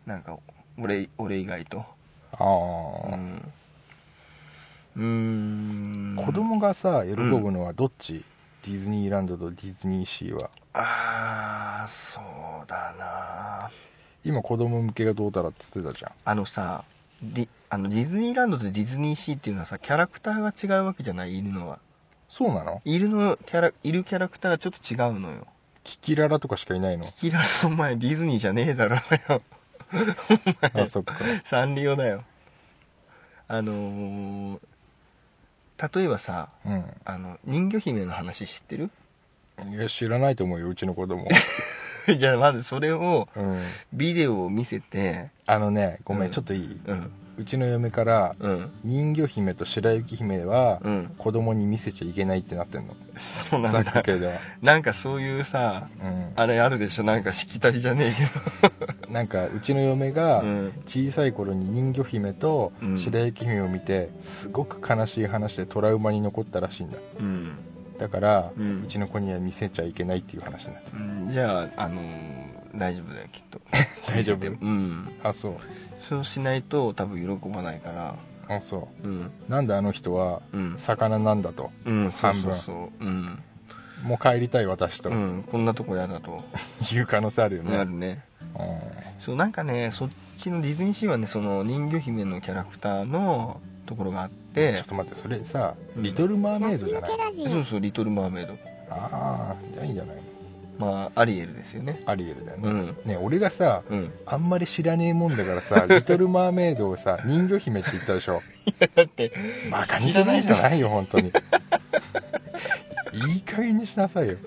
Speaker 4: なんか俺俺以外と
Speaker 3: ああ
Speaker 4: う、んうーん
Speaker 3: 子供がさ喜ぶのはどっち、ディズニーランドとディズニーシーは
Speaker 4: ああそうだな
Speaker 3: 今子供向けがどうだらって言ってたじゃん
Speaker 4: あのさディあのディズニーランドとディズニーシーっていうのはさキャラクターが違うわけじゃないいるのは
Speaker 3: そうなの
Speaker 4: いるのキャラいるキャラクターがちょっと違うのよ
Speaker 3: キキララとかしかいないの
Speaker 4: キララお前ディズニーじゃねえだろうよ <laughs> お
Speaker 3: あ
Speaker 4: 前
Speaker 3: そっか
Speaker 4: サンリオだよあのー例えばさ
Speaker 3: うん
Speaker 4: あの人魚姫の話知ってる
Speaker 3: い
Speaker 4: <laughs>
Speaker 3: や知らないと思うようちの子供
Speaker 4: じゃあまずそれを
Speaker 3: うん
Speaker 4: ビデオを見せて
Speaker 3: あのねごめん、
Speaker 4: うん
Speaker 3: ちょっといい
Speaker 4: うん
Speaker 3: うちの嫁から
Speaker 4: うん
Speaker 3: 人魚姫と白雪姫は
Speaker 4: うん
Speaker 3: 子供に見せちゃいけないってなってんの
Speaker 4: そうな
Speaker 3: ザ
Speaker 4: ん
Speaker 3: ック
Speaker 4: だ
Speaker 3: 系では、
Speaker 4: なんかそういうさ
Speaker 3: う
Speaker 4: あれあるでしょなんかしきたりじゃねえ
Speaker 3: ん、なんかうちの嫁
Speaker 4: けど、う
Speaker 3: が
Speaker 4: ん、
Speaker 3: 小さい頃に人魚姫と
Speaker 4: うん
Speaker 3: 白雪姫を見てすごく悲しい話でトラウマに残ったらしいんだ
Speaker 4: うん
Speaker 3: だから
Speaker 4: う
Speaker 3: うんちの子には見せちゃいけないっていう話になって
Speaker 4: うんじゃああのー大丈夫だよきっと
Speaker 3: 大丈夫
Speaker 4: うん
Speaker 3: あそう
Speaker 4: そうしないと多分喜ばないから
Speaker 3: あそ
Speaker 4: うん
Speaker 3: うなんであの人は
Speaker 4: うん
Speaker 3: 魚なんだと
Speaker 4: うんそう
Speaker 3: 半
Speaker 4: そ
Speaker 3: 分
Speaker 4: うそううん、
Speaker 3: もう帰りたい私と
Speaker 4: うん、こんなとこやだと
Speaker 3: いう可能性あるよね
Speaker 4: なるね
Speaker 3: うん
Speaker 4: そうなんかねそっちのディズニーシーはねその人魚姫のキャラクターのところがあっ
Speaker 3: ちょ
Speaker 4: て
Speaker 3: っと待ってそれさ「
Speaker 4: うん
Speaker 3: リトル・マー
Speaker 5: ガ
Speaker 3: メイ
Speaker 5: ス
Speaker 3: ド」じゃ
Speaker 5: 抜
Speaker 3: ない
Speaker 5: けラジ
Speaker 4: そうそう「リトル・マーメイド
Speaker 3: ああじゃあいいんじゃない」
Speaker 4: まあアリエルですよね
Speaker 3: アリエルだよ
Speaker 4: う
Speaker 3: ね、
Speaker 4: ん
Speaker 3: ね俺がさ
Speaker 4: うん
Speaker 3: あんまり知らねえもんだから
Speaker 4: <laughs>
Speaker 3: さ「リトル・マーメイド」をさ人魚姫って言ったでしょ
Speaker 4: だって
Speaker 3: バカにしてないじゃないよ本当にいい加減にしなさいよ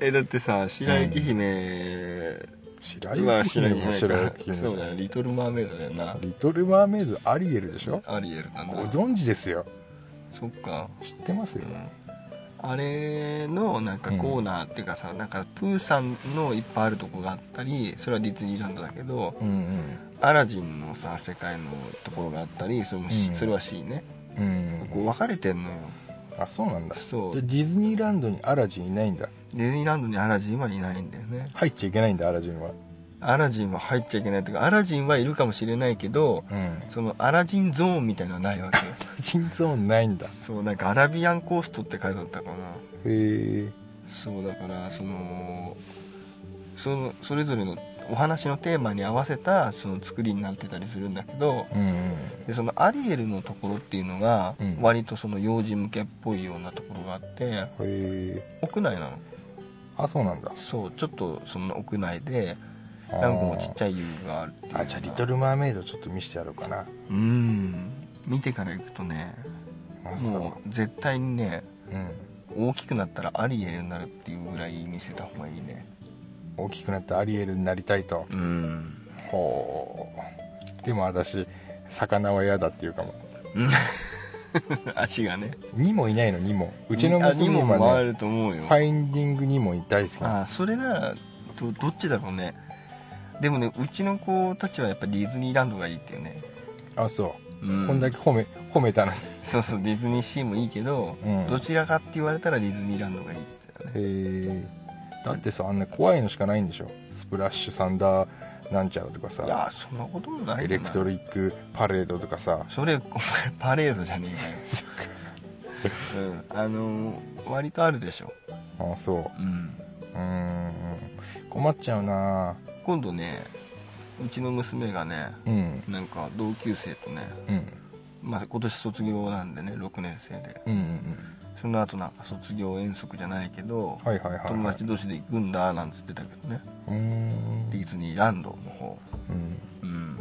Speaker 4: えだってさ白雪姫
Speaker 3: 白
Speaker 4: は
Speaker 3: 雪
Speaker 4: 白
Speaker 3: 姫
Speaker 4: 雪
Speaker 3: も
Speaker 4: 姫
Speaker 3: 白
Speaker 4: か
Speaker 3: 雪姫
Speaker 4: そう
Speaker 3: じ
Speaker 4: だ
Speaker 3: ゃ
Speaker 4: よ
Speaker 3: ん
Speaker 4: リトル・マーメイドだよな
Speaker 3: リトル・マーメイドアリエルでしょ
Speaker 4: アリエルなん
Speaker 3: ご
Speaker 4: だ
Speaker 3: 存知ですよ
Speaker 4: そっか
Speaker 3: 知ってますよ
Speaker 4: あれのなんかコーナーっていうかさ、なんかプーさんのいっぱいあるとこがあったりそれはディズニーランドだけど
Speaker 3: うん
Speaker 4: アラジンのさ世界のところがあったりそれもし、
Speaker 3: うん
Speaker 4: それは C ね
Speaker 3: うんうん
Speaker 4: こう分かれてんのよ
Speaker 3: あそうなんだ
Speaker 4: そう
Speaker 3: で
Speaker 4: デ
Speaker 3: ディズニーランドにアラジンいないんだ
Speaker 4: ィズニーランドにアラジンはいないんだよね
Speaker 3: 入っちゃいけないんだアラジンは
Speaker 4: アラジンは入っちゃいけないっていうかアラジンはいるかもしれないけど
Speaker 3: うん
Speaker 4: そのアラジンゾーンみたいなのはないわけよ
Speaker 3: 心臓ないんだへ
Speaker 4: そうなんかアラビアンコーストって書いてあったかな
Speaker 3: え
Speaker 4: そうだからそのそのそれぞれのお話のテーマに合わせたその作りになってたりするんだけど
Speaker 3: うん
Speaker 4: でそのアリエルのところっていうのが
Speaker 3: うん
Speaker 4: 割とその幼児向けっぽいようなところがあって
Speaker 3: うんへえ
Speaker 4: 屋内なの
Speaker 3: あそうなんだ
Speaker 4: そうちょっとその屋内で
Speaker 3: あー
Speaker 4: 何個もちっちゃい遊具があるっていう
Speaker 3: あじゃあ「リト
Speaker 4: ル
Speaker 3: ル・マーメイド」ちょっと見せてやろうかな
Speaker 4: うん見てから行くとね
Speaker 3: あ
Speaker 4: もう絶対にね
Speaker 3: う、うん、
Speaker 4: 大きくなったらアリエルになるっていうぐらい見せた方がいいね
Speaker 3: 大きくなったアリエルになりたいと
Speaker 4: うん
Speaker 3: ほうでも私魚は嫌だっていうかも
Speaker 4: <laughs> 足がね
Speaker 3: にもいないのにもうちの娘
Speaker 4: にも
Speaker 3: は
Speaker 4: 回
Speaker 3: ね
Speaker 4: ると思うよ
Speaker 3: ファインディングにも大好きな
Speaker 4: あそれならどどっちだろうねでもねうちの子たちはやっぱディズニーランドがいいっていうね、
Speaker 3: あそうう、
Speaker 4: ん
Speaker 3: こんだけ褒め褒めたのに、
Speaker 4: そうそうディズニーシーもいいけど、
Speaker 3: うん
Speaker 4: どちらかって言われたらディズニーランドがいいって言って
Speaker 3: へえだってさあんな怖いのしかないんでしょスプラッシュサンダーなんちゃらとか
Speaker 4: たねいや
Speaker 3: さ
Speaker 4: そんなこともな
Speaker 3: エ
Speaker 4: いよな
Speaker 3: レクトリックパレードとかさ
Speaker 4: それお前パレードじゃね
Speaker 3: <laughs>
Speaker 4: えかよ、うん、あのー割とあるでしょ、
Speaker 3: あそう
Speaker 4: うん、
Speaker 3: うーん困っちゃうな
Speaker 4: 今度ねうちの娘がね
Speaker 3: うん
Speaker 4: なんか同級生とね、
Speaker 3: うん
Speaker 4: まあ、今年卒業なんでね6年生で
Speaker 3: うんうん
Speaker 4: その後なんか卒業遠足じゃないけど、
Speaker 3: はいはいはい、はい、
Speaker 4: 友達同士で行くんだなんつってたけどね、
Speaker 3: うーん
Speaker 4: ディズニーランドの方
Speaker 3: うん
Speaker 4: うん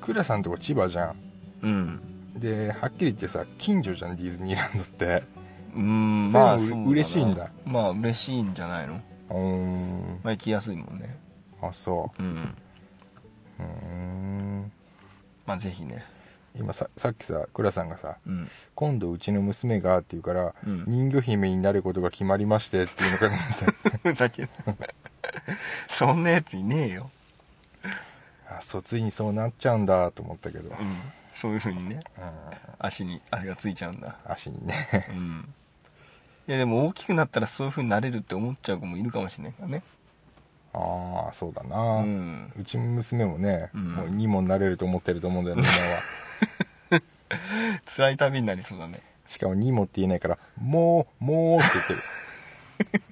Speaker 3: クラさんとこ千葉じゃん
Speaker 4: うん
Speaker 3: ではっきり言ってさ近所じゃんディズニーランドって
Speaker 4: うんまあ
Speaker 3: でも
Speaker 4: そう
Speaker 3: 嬉しいんだ
Speaker 4: まあ嬉しいんじゃないの
Speaker 3: うーん
Speaker 4: まあ行きやすいもんね
Speaker 3: あそ
Speaker 4: うん
Speaker 3: ううーん
Speaker 4: まあぜひね
Speaker 3: 今ささっきさクラさんがさ <laughs>
Speaker 4: うん
Speaker 3: 「今度うちの娘が」って言うから「
Speaker 4: うん
Speaker 3: 人魚姫になることが決まりまして」っていうのかと思っ
Speaker 4: ふざけんなそんなやついねえよ、
Speaker 3: た <laughs> あそうついにそうなっちゃうんだと思ったけど、う
Speaker 4: うん、そういうふうにね
Speaker 3: ん、
Speaker 4: 足にあれがついちゃうんだ
Speaker 3: 足に
Speaker 4: <laughs>
Speaker 3: ね
Speaker 4: うんいやでも大きくなったらそういうふうになれるって思っちゃう子もいるかもしれないからね
Speaker 3: ああそうだな、
Speaker 4: うん
Speaker 3: うちの娘もね、
Speaker 4: うん
Speaker 3: もうにもなれると思ってると思うんだ
Speaker 4: <laughs>
Speaker 3: よね、今は。
Speaker 4: 辛い旅になりそうだね
Speaker 3: しかもにもって言えないから、もう、もうって言ってる。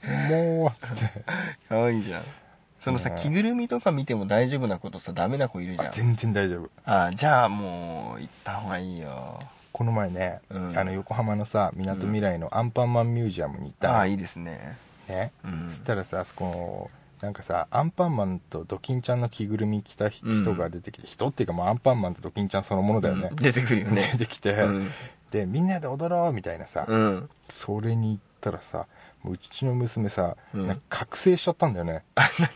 Speaker 4: <laughs>
Speaker 3: もうって
Speaker 4: 可愛いじゃんそのさ
Speaker 3: ねえ
Speaker 4: 着ぐるみとか見ても大丈夫な子とさダメな子いるじゃ
Speaker 3: あ
Speaker 4: ん
Speaker 3: 全然大丈夫。
Speaker 4: あじゃあもう行った方がいいよ
Speaker 3: この前ね、
Speaker 4: うん
Speaker 3: あの横浜のさ、みなとみらいのアンパンマンミュージアムに行ったの
Speaker 4: ああいいですね
Speaker 3: ね。
Speaker 4: うん
Speaker 3: そしたらさ、あそこの、なんかさ、アンパンマンとドキンちゃんの着ぐるみ着た人
Speaker 4: うん
Speaker 3: 人が出てきて、人っていうか、まあ、アンパンマンとドキンちゃんそのものだよね
Speaker 4: うん。出てくるよね
Speaker 3: <laughs> 出てきて、
Speaker 4: うん、
Speaker 3: で、みんなで踊ろうみたいなさ、
Speaker 4: うん、
Speaker 3: それに行ったらさもううちの娘さ、
Speaker 4: うん
Speaker 3: なんか覚醒しちゃったんだよね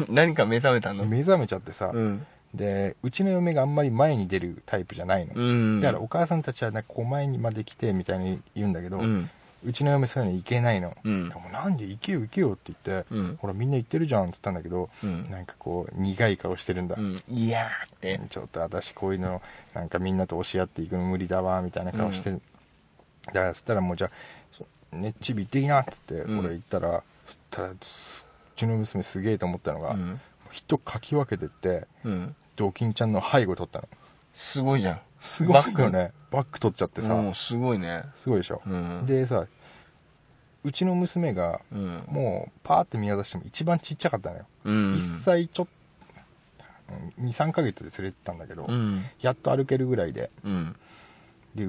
Speaker 4: 何か目覚めたの
Speaker 3: 目覚めちゃってさ、
Speaker 4: うん
Speaker 3: でうちの嫁があんまり前に出るタイプじゃないの、
Speaker 4: うん
Speaker 3: だからお母さんたちはなんかこう前にまで来てみたいに言うんだけど、
Speaker 4: う
Speaker 3: うんちの嫁そういうの行けないの、
Speaker 4: うん
Speaker 3: でもなんで行けよ行けよって言って、
Speaker 4: うん
Speaker 3: ほらみんな行ってるじゃんって言ったんだけど、
Speaker 4: うん
Speaker 3: なんかこう苦い顔してるんだ、
Speaker 4: うんいやーって
Speaker 3: ちょっと私こういうのなんかみんなと押し合っていくの無理だわみたいな顔して、
Speaker 4: う
Speaker 3: だからそしたらもうじゃあそねチビ行ってきなっつって
Speaker 4: うん
Speaker 3: 俺行ったら、そしたらすうちの娘すげえと思ったの
Speaker 4: う
Speaker 3: が、
Speaker 4: ん、
Speaker 3: 人かき分けてって
Speaker 4: うん、
Speaker 3: ドキンちゃんの背後取ったの
Speaker 4: すごいじゃん
Speaker 3: すごいよねバック取っちゃってさ、
Speaker 4: もうんすごいね
Speaker 3: すごいでしょ
Speaker 4: う、ん
Speaker 3: でさうちの娘が
Speaker 4: うん
Speaker 3: もうパーって見渡しても一番ちっちゃかったのよ、
Speaker 4: うん
Speaker 3: 1歳ちょっう23ヶ月で連れてったんだけど、
Speaker 4: うん
Speaker 3: やっと歩けるぐらいで
Speaker 4: うん
Speaker 3: で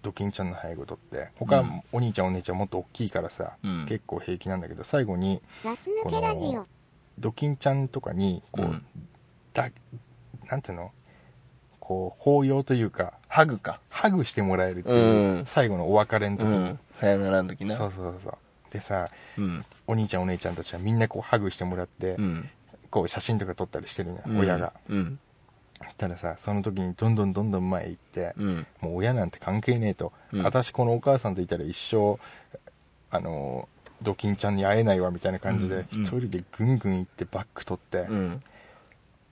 Speaker 3: ドキンちゃんの早いことって他、
Speaker 4: うん
Speaker 3: お兄ちゃんお姉ちゃんもっと大きいからさ、
Speaker 4: うん
Speaker 3: 結構平気なんだけど最後に
Speaker 5: ガス抜けラジオ。
Speaker 3: ドキンちゃんとかにこう、
Speaker 4: うん
Speaker 3: だなんていうのこう抱擁というか
Speaker 4: ハグか
Speaker 3: ハグしてもらえるっていう、
Speaker 4: うん
Speaker 3: 最後のお別れの時
Speaker 4: う
Speaker 3: に、
Speaker 4: んさよならの時な
Speaker 3: そうそうそうそうでさ
Speaker 4: うん
Speaker 3: お兄ちゃんお姉ちゃんたちはみんなこうハグしてもらって、
Speaker 4: うん
Speaker 3: こう写真とか撮ったりしてるのよ、親が
Speaker 4: うん
Speaker 3: たらさその時にどんどんどんどん前行って、
Speaker 4: うん
Speaker 3: もう親なんて関係ねえと、
Speaker 4: うん
Speaker 3: 私このお母さんといたら一生あのドキンちゃんに会えないわみたいな感じで
Speaker 4: うんうん
Speaker 3: 一人でぐんぐん行ってバック取って、
Speaker 4: うん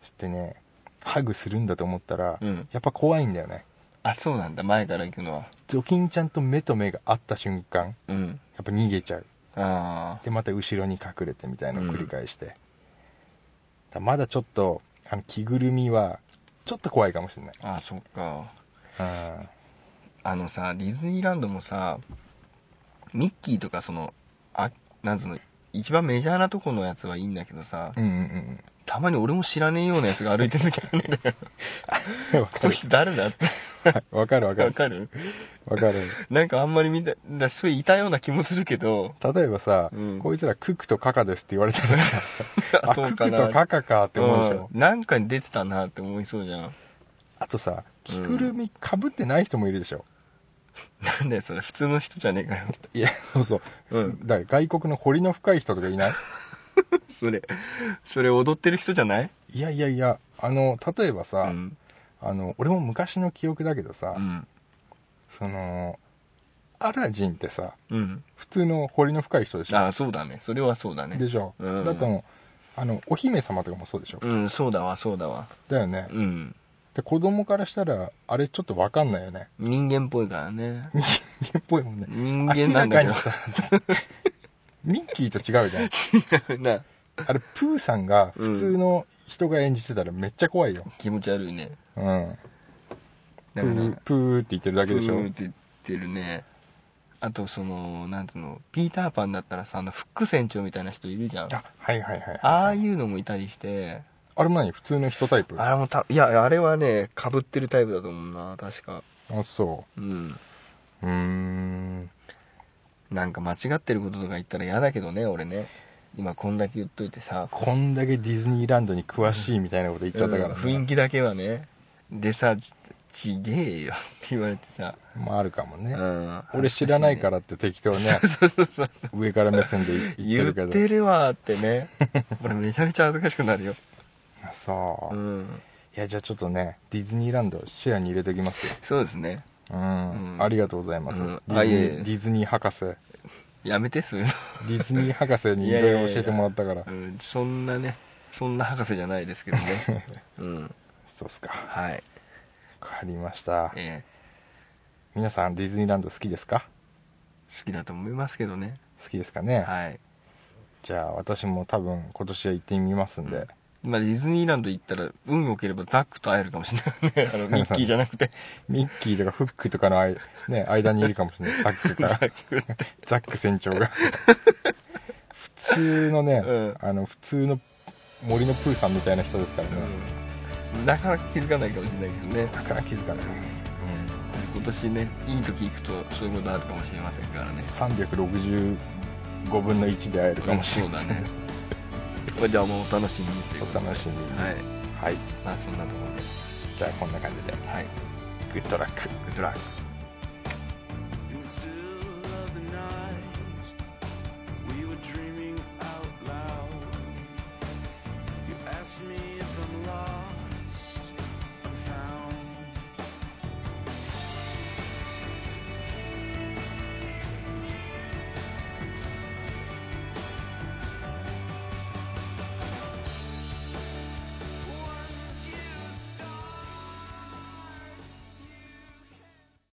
Speaker 3: そしてねハグするんだと思ったら、
Speaker 4: うん
Speaker 3: やっぱ怖いんだよね
Speaker 4: あそうなんだ前から行くのは
Speaker 3: ドキンちゃんと目と目が合った瞬間や
Speaker 4: うん
Speaker 3: っぱ逃げちゃう
Speaker 4: ああ
Speaker 3: でまた後ろに隠れてみたいなのを繰り返して、だからまだちょっとあの着ぐるみはちょっと怖いかもしれない
Speaker 4: あそっか
Speaker 3: あ
Speaker 4: あのさディズニーランドもさミッキーとかそのあなんつうの一番メジャーなとこのやつはいいんだけどさ、
Speaker 3: うんうんうん
Speaker 4: たまに俺も知らねえようなやつが歩いてる時あるんだよ
Speaker 3: うんわ <laughs> か
Speaker 4: こ
Speaker 3: る
Speaker 4: いつ誰だって
Speaker 3: わかるわか
Speaker 4: わ
Speaker 3: る
Speaker 4: かる
Speaker 3: わかる
Speaker 4: なんかあんまりみんなだすごいいたような気もするけど
Speaker 3: 例えばさ、
Speaker 4: うん
Speaker 3: こいつらククとカカですって言われたら
Speaker 4: <laughs>
Speaker 3: さあ
Speaker 4: そう
Speaker 3: ク
Speaker 4: か
Speaker 3: ク
Speaker 4: な
Speaker 3: とカカかって思うでしょ、
Speaker 4: うんなんかに出てたなって思いそうじゃん
Speaker 3: あとさ着ぐるみかぶってない人もいるでしょ、
Speaker 4: なんだよそれ普通の人じゃねえかよ
Speaker 3: いやそうそう、
Speaker 4: うん
Speaker 3: だから外国の彫りの深い人とかい
Speaker 4: <laughs>
Speaker 3: ない
Speaker 4: それそれ踊ってる人じゃない
Speaker 3: いやいやいやあの例えばさ、
Speaker 4: うん
Speaker 3: あの俺も昔の記憶だけどさ、
Speaker 4: うん
Speaker 3: そのアラジンってさ
Speaker 4: うん
Speaker 3: 普通の彫りの深い人でしょ
Speaker 4: ああそうだねそれはそうだね
Speaker 3: でしょ、
Speaker 4: うん
Speaker 3: だってもうあのお姫様とかもそうでしょ、
Speaker 4: うんそうだわそうだわ
Speaker 3: だよね
Speaker 4: うん
Speaker 3: で子供からしたらあれちょっと分かんないよね <laughs>
Speaker 4: 人間っぽいからね
Speaker 3: 人間っぽいもんね
Speaker 4: 人間
Speaker 3: 明
Speaker 4: な
Speaker 3: ら
Speaker 4: んだ
Speaker 3: か
Speaker 4: け <laughs> ど
Speaker 3: にさミッキーと違うじゃん
Speaker 4: <laughs> な
Speaker 3: あれプーさんが普通の人が演じてたらめっちゃ怖いよ、
Speaker 4: 気持ち悪いね
Speaker 3: うん、プ
Speaker 4: だから
Speaker 3: ープーって言ってるだけでしょ
Speaker 4: プーって言ってるねあとそのなんつうのピーターパンだったらさあのフック船長みたいな人いるじゃん
Speaker 3: あ
Speaker 4: あ
Speaker 3: はいはいはい
Speaker 4: あいうのもいたりして
Speaker 3: あれも何普通の人タイプ
Speaker 4: あれもたいやあれはねかぶってるタイプだと思うな確か
Speaker 3: あそ
Speaker 4: うん
Speaker 3: ううーん
Speaker 4: なんか間違ってることとか言ったら嫌だけどね俺ね今こんだけ言っといてさ
Speaker 3: こんだけディズニーランドに詳しいみたいなこと言っちゃったから、
Speaker 4: うん雰囲気だけはねでさちちげえよって言われてさ、
Speaker 3: まああるかもね、
Speaker 4: うん、
Speaker 3: 俺知らないからって適当ね
Speaker 4: そうそうそうそう
Speaker 3: 上から目線で言
Speaker 4: 言
Speaker 3: ってるけ
Speaker 4: っ
Speaker 3: ど
Speaker 4: てるわってね
Speaker 3: <laughs>
Speaker 4: 俺めちゃめちゃ恥ずかしくなるよ
Speaker 3: あそう、
Speaker 4: う
Speaker 3: い
Speaker 4: ん
Speaker 3: やじゃあちょっとねディズニーランドシェアに入れておきますよ
Speaker 4: そうですね
Speaker 3: うん、
Speaker 4: うん
Speaker 3: ありがとうございます、
Speaker 4: うん
Speaker 3: ディズニ
Speaker 4: あいえいえ
Speaker 3: ーディズニー
Speaker 4: <laughs>
Speaker 3: 博士
Speaker 4: やめてそういう
Speaker 3: ディズニー博士に
Speaker 4: い
Speaker 3: い
Speaker 4: やいやいや
Speaker 3: ろいろ教えてもらったから
Speaker 4: の、うん、そんなねそんな博士じゃないですけど
Speaker 3: <laughs>
Speaker 4: ねうん
Speaker 3: そうっすか
Speaker 4: はい
Speaker 3: わかりました
Speaker 4: え
Speaker 3: 皆さんディズニーランド好きですか
Speaker 4: ー好きだと思いますけどね
Speaker 3: 好きですかね、
Speaker 4: はい
Speaker 3: じゃあ私も多分今年は行ってみますんで、
Speaker 4: うん今ディズニーランド行ったら運良ければザックと会えるかもしれ
Speaker 3: <laughs>
Speaker 4: ないねあのミッキーじゃなくて
Speaker 3: ミッキーとかフックとかのあい、ね、間にいるかもしれ
Speaker 4: <laughs>
Speaker 3: ないザックとか
Speaker 4: ザックって
Speaker 3: ザック船長が普通のね、
Speaker 4: うん
Speaker 3: あの普通の森のプーさんみたいな人ですからね、
Speaker 4: うんなかなか気づかないかもしれないけどね
Speaker 3: なかなか気づかない、
Speaker 4: 今年ねいい時行くとそういうことあるかもしれませんからね
Speaker 3: 365分の1で会えるかもしれない、
Speaker 4: そうだねこれじゃあもうお楽しみにということ
Speaker 3: お
Speaker 4: で
Speaker 3: 楽しみに
Speaker 4: はい
Speaker 3: はい
Speaker 4: まあそんなところで
Speaker 3: じゃあこんな感じで
Speaker 4: はい
Speaker 3: グッドラック
Speaker 4: グッドラック